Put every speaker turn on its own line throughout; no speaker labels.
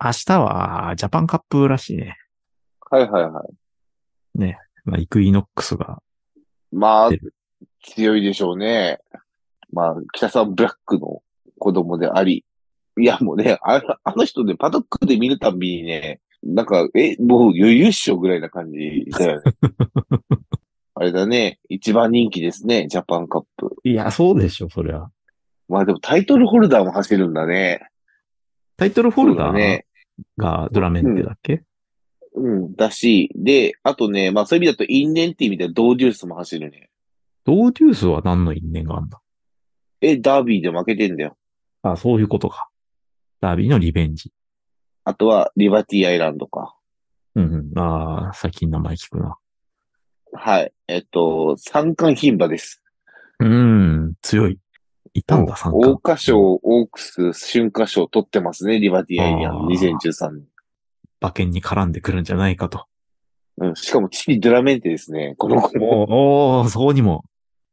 明日はジャパンカップらしいね。
はいはいはい。
まあ、イクイノックスが。
まあ
出、
強いでしょうね。まあ、北さんブラックの子供であり。いや、もうね、ああの人ね、パドックで見るたんびにね、なんか、え、もう余裕っしょぐらいな感じ だよね。あれだね、一番人気ですね、ジャパンカップ。
いや、そうでしょ、そりゃ。
まあでもタイトルホルダーも走るんだね。
タイトルホルダ
そうだね
ー。がドラメンテだっけ
うん、だし、で、あとね、まあそういう意味だとインデンティみたいなドーデュースも走るね。
ドーデュースは何の因縁があんだ
え、ダービーで負けてんだよ。
あ、そういうことか。ダービーのリベンジ。
あとはリバティアイランドか。
うんうん。ああ、最近名前聞くな。
はい。えっと、三冠牝馬です。
うーん、強い。いたんだ、参加。
大花賞、オークス、春花賞取ってますね、リバティアイランド
あー
2013年。
馬券に絡んでくるんじゃないかと。
うん、しかもチリドラメンテですね、この子も。
おおそこにも。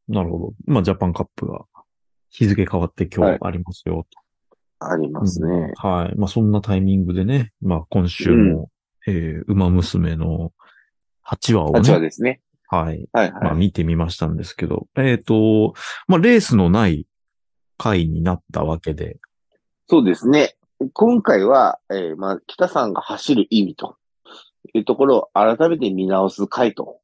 なるほど。まあ、ジャパンカップが日付変わって今日ありますよ。
ありますね。
うんはい。まあ、そんなタイミングでね、まあ、今週も、えー、馬娘の8話を
あちは
ね、
ですね。
はい。
はい
まあ、
はい。
見てみましたんですけど、えっ、と、まあ、レースのない回になったわけで、
そうですね。今回は、えーまあ、北さんが走る意味というところを改めて見直す回と、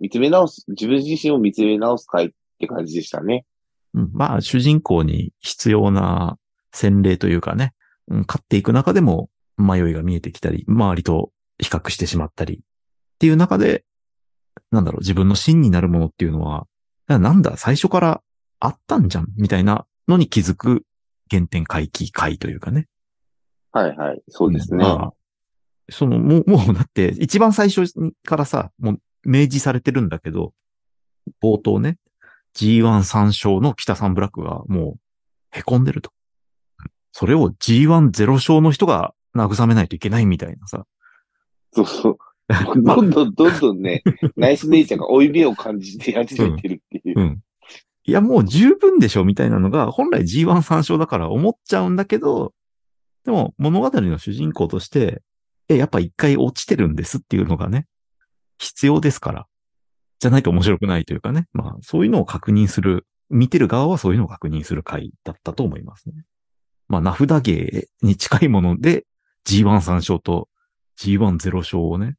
見つめ直す、自分自身を見つめ直す回って感じでしたね。
うんまあ、主人公に必要な洗礼というかね、うん勝っていく中でも迷いが見えてきたり、周りと比較してしまったりっていう中で、なんだろう、自分の真になるものっていうのは、あなんだ、最初からあったんじゃん、みたいなのに気づく原点回帰回というかね。
はいはい。そうですね。
まあその、もう、 もうだって、一番最初にからさ、もう明示されてるんだけど、冒頭ね、G13 勝の北サンブラックがもう、凹んでると。それを G10 勝の人が慰めないといけないみたいなさ。
そうそう。
まあ
どんどんどんどんね、ナイスネイチャーが追い目を感じて始めてるっていう。
うん。いや、もう十分でしょ、みたいなのが、本来 G13 勝だから思っちゃうんだけど、でも物語の主人公として、え、やっぱ一回落ちてるんですっていうのがね、必要ですから。じゃないと面白くないというかね。まあ、そういうのを確認する、見てる側はそういうのを確認する回だったと思いますね。まあ、名札芸に近いもので、G13 勝と G10 勝をね、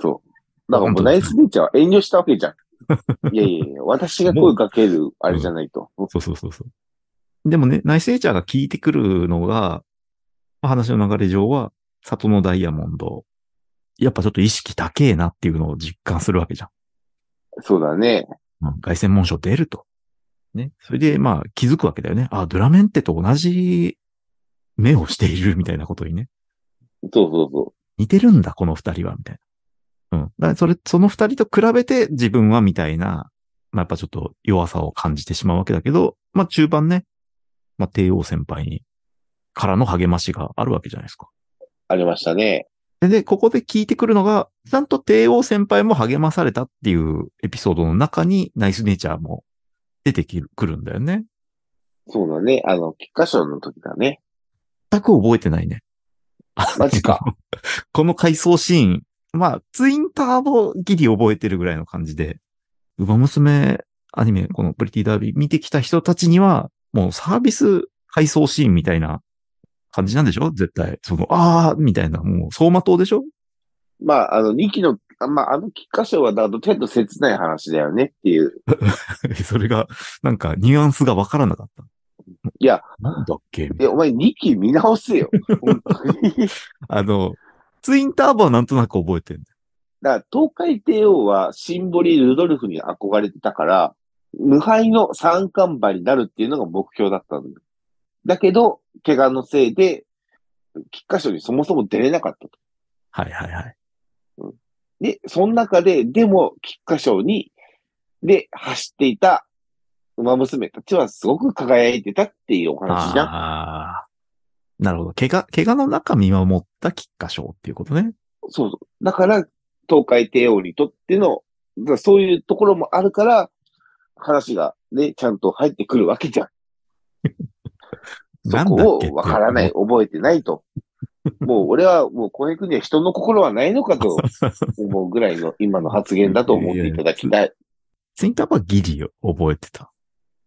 そう。だからもうナイスネイチャーは遠慮したわけじゃん。いやいやいや、私が声かけるあれじゃないと。
そうそうそうそう。でもね、ナイスネイチャーが効いてくるのが、まあ話の流れ上は、里のダイヤモンド。やっぱちょっと意識高えなっていうのを実感するわけじゃん。
そうだね。
うん、外線紋章出ると。ね。それで、まあ、気づくわけだよね。あ、ドラメンテと同じ目をしているみたいなことにね。
そうそうそ
似てるんだ、この二人は、みたいな。うん。だからそれ、その二人と比べて自分は、みたいな、まあ、やっぱちょっと弱さを感じてしまうわけだけど、まあ、中盤ね、まあ、帝王先輩に、からの励ましがあるわけじゃないですか。
う。ありましたね。
で、でここで聞いてくるのが、ちゃんと帝王先輩も励まされたっていうエピソードの中に、ナイスネイチャーも出てきるくるんだよね。
そうだね。あの、菊花賞の時だね。
全く覚えてないね。
マジか。
この回想シーン、まあ、ツインターボギリ覚えてるぐらいの感じで、ウマ娘アニメ、このプリティダービー見てきた人たちには、もうサービス回想シーンみたいな感じなんでしょ絶対。その、あーみたいな、もう走馬灯でしょ
まあ、あの、2期の、あまあ、あの菊花賞は、だとちょっと切ない話だよねっていう。
それが、なんかニュアンスがわからなかった。
いや、
なんだっけ
いや、お前2期見直せよ。本当に。
あの、ツインターボはなんとなく覚えてる。
だから、東海帝王はシンボリ・ルドルフに憧れてたから、無敗の三冠馬になるっていうのが目標だったんだよ。だけど、怪我のせいで、菊花賞にそもそも出れなかったと。
はいはいはい。
で、その中で、でも、菊花賞に、で、走っていた馬娘たちはすごく輝いてたっていうお話じゃん。
あーなるほど。怪我、怪我の中見守った菊花賞っていうことね。
そうそう。だから、東海帝王にとっての、だからそういうところもあるから、話がね、ちゃんと入ってくるわけじゃん。そ
なんだっ
こ
け
をわからない、覚えてないと。もう俺はもう小平君には人の心はないのかと思うぐらいの今の発言だと思っていただき たい。
ツイッターはギリよ、覚えてた。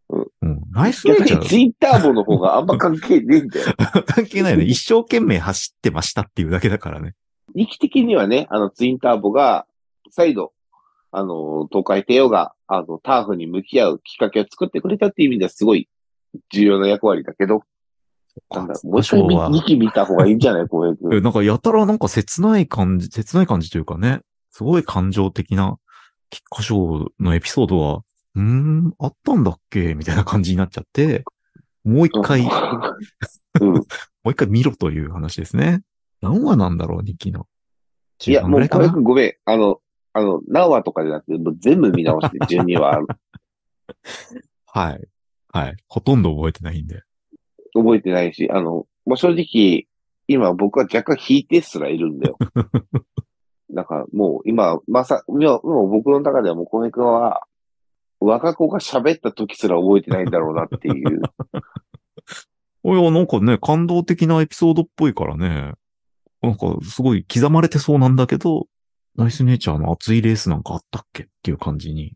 うん
うん。ナイスレ
逆
イちゃん
にツイッターもの方があんま関係ねえんだよ。
関係ないよね。一生懸命走ってましたっていうだけだからね。
時期的にはね、あの、ツインターボが、再度、あの、東海帝王が、あの、ターフに向き合うきっかけを作ってくれたっていう意味ではすごい重要な役割だけど、なんだ、もう一回
多少は
2期見た方がいいんじゃないこう
え
君。
なんかやたらなんか切ない感じ、切ない感じというかね、すごい感情的な菊花賞のエピソードは、うーん、あったんだっけみたいな感じになっちゃって、もう一回、も
うん。
う一回見ろという話ですね。何話なんだろう、2期の。
い
10話
や、
ぐ
も
ら
う
いか
小
な
平君ごめん。あの、あの、何話とかじゃなくて、もう全部見直して12話
はい。はい。ほとんど覚えてないんで。
覚えてないし、あの、もう正直、今僕は若干引いてすらいる んだよ。なんかもう今、まさ、今、もう僕の中ではもう小平君は、若子が喋った時すら覚えてないんだろうなっ ていう。
おや、なんかね、感動的なエピソードっぽいからね。なんか、すごい刻まれてそうなんだけど、ナイスネイチャーの熱いレースなんかあったっけっていう感じに。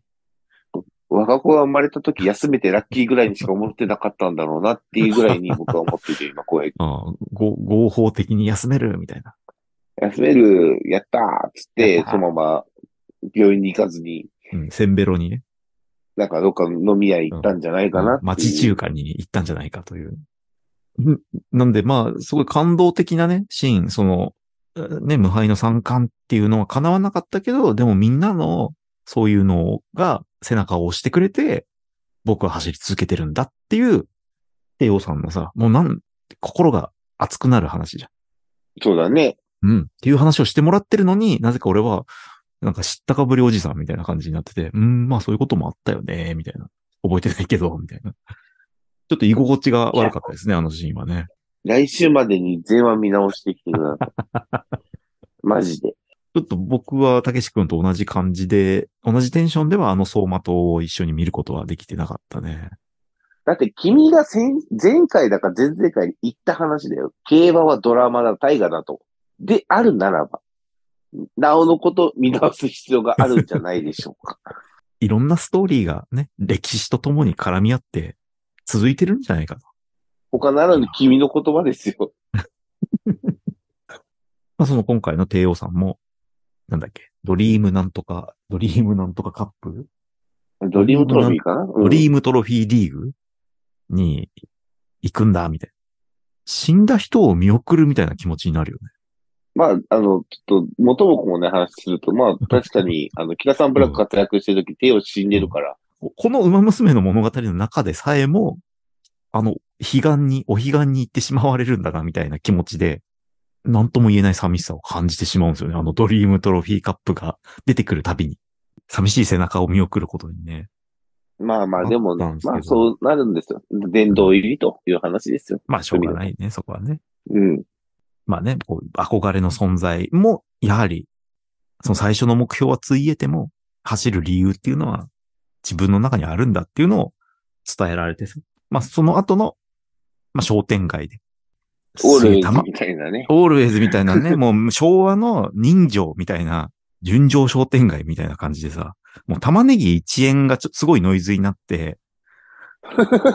若子が生まれた時休めてラッキーぐらいにしか思ってなかったんだろうなっていうぐらいに僕は思ってて、今小平君。
ああ、ご合法的に休めるみたいな。
休める、やったーっつって
やっ、たー
そのまま病院に行かずに、
うん、センベロにね、
なんかどっか飲み屋行ったんじゃないかなっていう。
町中華に行ったんじゃないかという。んなんで、まあ、すごい感動的なね、シーン、その、うんね、無敗の三冠っていうのは叶わなかったけど、でもみんなの、そういうのが背中を押してくれて、僕は走り続けてるんだっていう、帝王さんのさ、もうなん、心が熱くなる話じゃん
そうだね。
うん。っていう話をしてもらってるのに、なぜか俺は、なんか知ったかぶりおじさんみたいな感じになってて、うん、まあそういうこともあったよね、みたいな。覚えてないけど、みたいな。ちょっと居心地が悪かったですね、あのシーンはね。
来週までに全話見直してきてください。 マジで。
ちょっと僕は、たけし君と同じ感じで、同じテンションではあの相馬とを一緒に見ることはできてなかったね。
だって君が先前回だか前々回に言った話だよ。競馬はドラマだ、大河だと。で、あるならば、なおのこと見直す必要があるんじゃないで しょうか。
いろんなストーリーがね、歴史とともに絡み合って、続いてるんじゃないかと。
他ならぬ君の言葉ですよ。
まあその今回の帝王さんも、なんだっけ、ドリームなんとか、ドリームなんとかカップ
ドリームトロフィーかな、うん
ドリームトロフィーリーグに行くんだ、みたいな。死んだ人を見送るみたいな気持ちになるよね。
まあ、あの、ちょっと、元も子もね、話すると、まあ、確かに、あの、キラさんブラック活躍してるとき、手を死んでるから、
ここの馬娘の物語の中でさえも、あの、悲願に、お悲願に行ってしまわれるんだな、みたいな気持ちで、なんとも言えない寂しさを感じてしまうんですよね。あのドリームトロフィーカップが出てくるたびに。寂しい背中を見送ることにね。
まあまあ、でも、
あったんですけど
まあ、そうなるんですよ。殿堂入りという話ですよ。
まあ、しょうがないね、そこはね。
うん。
まあね、こう、憧れの存在も、やはり、その最初の目標はついえても、走る理由っていうのは、自分の中にあるんだっていうのを伝えられてさ、まあその後の、まあ商店街で。
オールウェイズ
すげえ
みたいなね。
オールウェイズみたいなね、もう昭和の人情みたいな、純情商店街みたいな感じでさ、もう玉ねぎ1円がちょすごいノイズになって、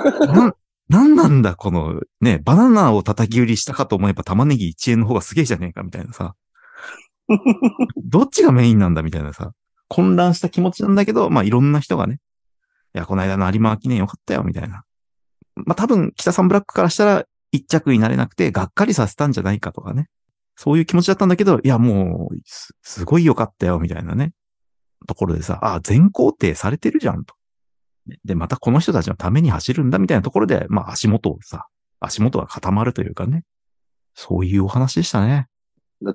な、なんなんだこのね、バナナを叩き売りしたかと思えば玉ねぎ1円の方がすげえじゃねえかみたいなさ。どっちがメインなんだみたいなさ。混乱した気持ちなんだけど、まあいろんな人がね、いや、この間の有馬記念よかったよみたいな。まあ多分、北サンブラックからしたら一着になれなくて、がっかりさせたんじゃないかとかね。そういう気持ちだったんだけど、いや、もう、す、すごい良かったよ、みたいなね。ところでさ、ああ、全肯定されてるじゃん、と。で、またこの人たちのために走るんだ、みたいなところで、まあ、足元をさ、足元が固まるというかね。そういうお話でしたね。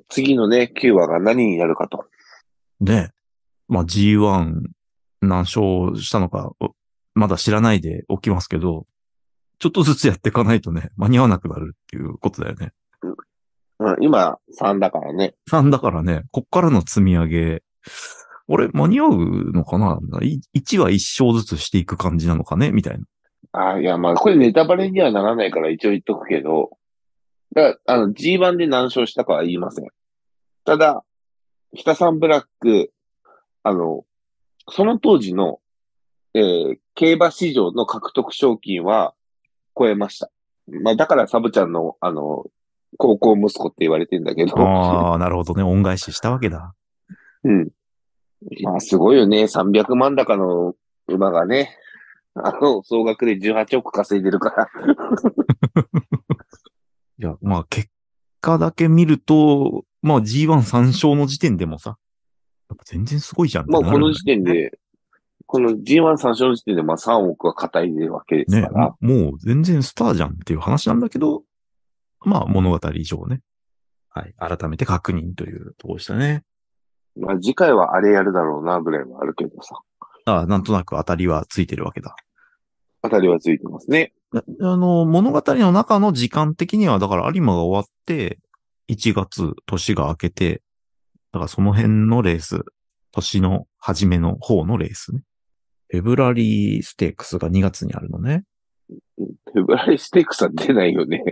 次のね、9話が何になるかと。
で、まあ、G1 何勝したのか、おまだ知らないでおきますけど、ちょっとずつやっていかないとね、間に合わなくなるっていうことだよね。
うん、今、3だからね。
3だからね、こっからの積み上げ、俺間に合うのかな ?1 は1勝ずつしていく感じなのかねみたいな。
あいや、まあ、これネタバレにはならないから一応言っとくけど、だからあの、G1 で何勝したかは言いません。ただ、ヒタサンブラック、あの、その当時の、えー競馬市場の獲得賞金は超えました。まあ、だからサブちゃんの、あの、高校息子って言われてんだけど、
ああ、なるほどね。恩返ししたわけだ。
うん。まあ、すごいよね。300万高の馬がね、あの、総額で18億稼いでる から。
いや、まあ結果だけ見ると、まあ G13 勝の時点でもさ、やっぱ全然すごいじゃんって
ま
な
あ、
るんだよ
こ
ね。
の時点で、この G1 参照の時点で、まあ、3億は固いわけです
ね
か、ら。
もう全然スターじゃんっていう話なんだけど、まあ物語上ね。はい。改めて確認というところでしたね。
まあ、次回はあれやるだろうな、ぐらいはあるけどさ。
ああなんとなく当たりはついてるわけだ。
当たりはついてますね。
ああの、物語の中の時間的には、だから有馬が終わって、1月、年が明けて、だからその辺のレース、年の初めの方のレースね。フェブラリーステークスが2月にあるのね。
フェブラリステークスは出ないよね。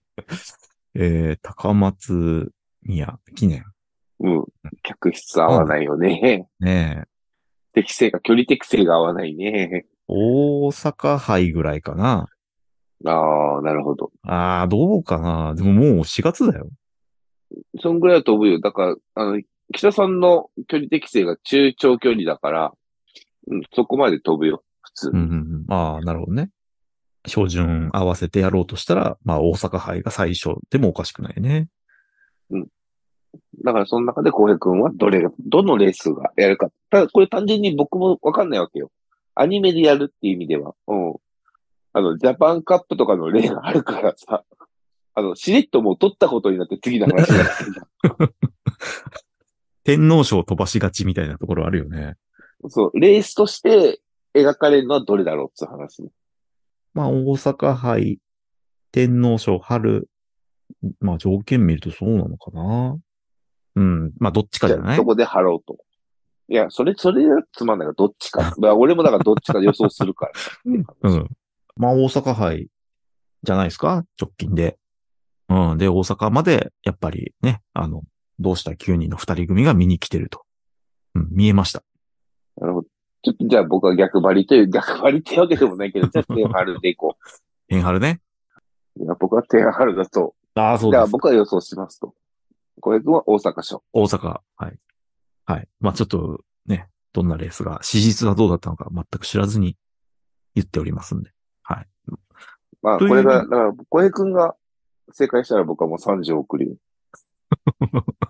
えー、高松宮記念。
うん。客室合わないよね。
ねえ。
適性が、距離適性が合わないね。
大阪杯ぐらいかな。
ああ、なるほど。
ああ、どうかな。でももう4月だよ。
そんぐらいだと思うよ。だから、あの、北さんの距離適性が中長距離だから、うん、そこまで飛ぶよ、普通。
うんうんうん。ああ、なるほどね。標準合わせてやろうとしたら、まあ大阪杯が最初でもおかしくないね。
だからその中で浩平君はどれが、どのレースがやるか。ただこれ単純に僕もわかんないわけよ。アニメでやるっていう意味では。うん。あの、ジャパンカップとかの例があるからさ、 あの、しれっともう取ったことになって次の話になってるじ ゃ
天皇賞飛ばしがちみたいなところあるよね。
んそう、レースとして描かれるのはどれだろうっていう話ね。
まあ大阪杯、天皇賞、春、まあ条件見るとそうなのかな。うん。まあどっちかじゃない
そこで張ろうと。いや、それ、それはつまんないから、どっ ちか。まあ俺もだからどっちか予想するから。
うん。まあ、大阪杯じゃないですか直近で。うん。で、大阪まで、やっぱりね、あの、どうした9人の2人組が見に来てると。うん、見えました。
なるほど。ちょっとじゃあ僕は逆張りという、 逆張りってわけでも ないけど、じゃあ手を張るでいこう。
ヘンハルね。
いや、僕はテアハルだと。
ああ、そ
じゃあ僕は予想しますと。小平君は大阪賞。
大阪。はい。はい。まあ、ちょっと、ね、どんなレースが、史実がどうだったのか全く知らずに言っておりますんで。はい。
まあ、
という
これが、だから、小平君が正解したら僕はもう30 送り。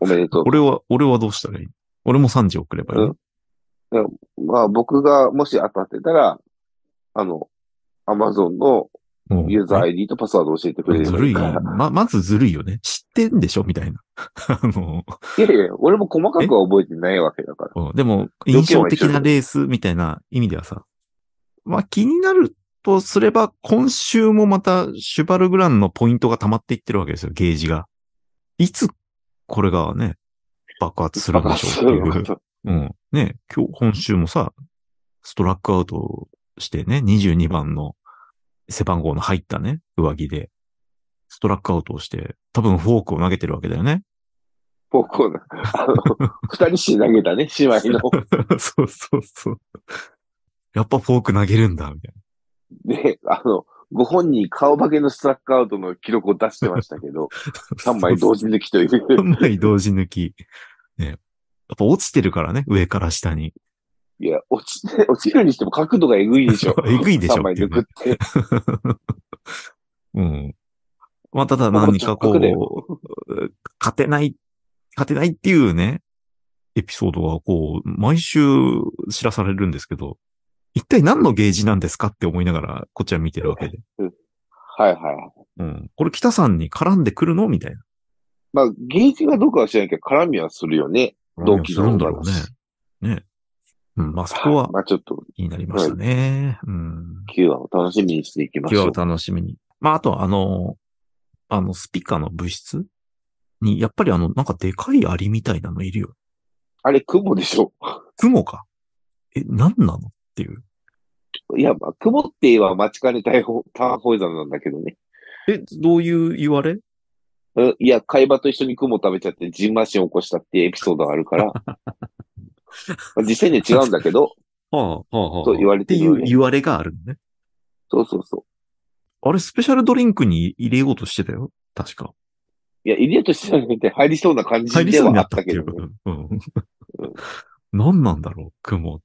おめでとう。
俺は、俺はどうしたらいい俺も3時送ればいいの、
うんまあ、僕がもし当たってたら、あの、アマゾンの
もう
ユーザー ID とパスワードを教えてくれ
ず
る
るい。
から。
ま、まずずるいよね。知ってんでしょみたいな。 あの、
いやいや、俺も細かくは覚えてないわけだから。
うんでも、印
条件
象
は一緒
的なレースみたいな意味ではさ、まあ気になるとすれば、今週もまたシュバルグランのポイントが溜まっていってるわけですよ、ゲージが。いつこれがね、爆発するんでしょうっていう。うん。ね、今日、今週もさ、ストラックアウトしてね、22番の背番号の入ったね、上着で、ストラックアウトをして、多分フォークを投げてるわけだよね。
方向な。あの、 二人して投げたね、姉妹の。
そうそうそう。やっぱフォーク投げるんだ、みたい
で、あの、ご本人顔化けのストラックアウトの記録を出してましたけ ど、
な。
3枚同
時。
時抜きとい
3
う。
枚同時抜き。ね。やっぱ落ちてるからね、上から下に。。
いや、落ちて、落ちるにしても角度 がえぐいでしょ
えぐいでしょ
3枚抜くって。
うん。まあ、ただ何かこ
ここ直
う、勝てない、勝てないっていうね、エピソードがこう、毎週知らされるんですけど、一体何のゲージなんですかって思いながら、こっちは見てるわけで。
はいはい。
うん。これ北さんに絡んでくるのみたいな。
まあ、ゲージがどうかは知らないけど、絡みはするよね。同期
する
の
んだろ
女の
う
子、
ね。ね。うん、まあ、そこはい
まあちょっと、
気になりましたね。うん。
9話を楽しみにしていきまし
今日
ょう。
は楽しみに。まあ、あと、あの、あの、スピカの物質に、やっぱりあの、なんかでかいアリみたいなのいるよ。
あれ、雲でしょ。
雲か。え、なんなのっていう。
いや、まあ、雲って言えば待ちかねたい方、ターンホイザーなんだけどね。
え、どういう言われ
うんいや、海馬と一緒に雲を食べちゃって、ジンマシンを起こしたっていうエピソードがある から、まあ実際には違うんだけど、
はあ、はあ、はあ。
そう言われて
っ
る
てい
よ
う
ね
言われがあるのね。
そうそうそう。
あれ、スペシャルドリンクに入れようとしてたよ。確か。
いや、入れとしてはなくて入りそうな感じ
入り
で
そう
は
にな
あ
っ
ったた
って
け
い
ど
う
ね、。
うん。 何なんだろう、雲。不思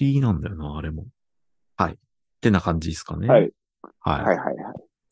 議なんだよな、あれも。はい。ってな感じですかね。
はい。
はい。
はいはいはい。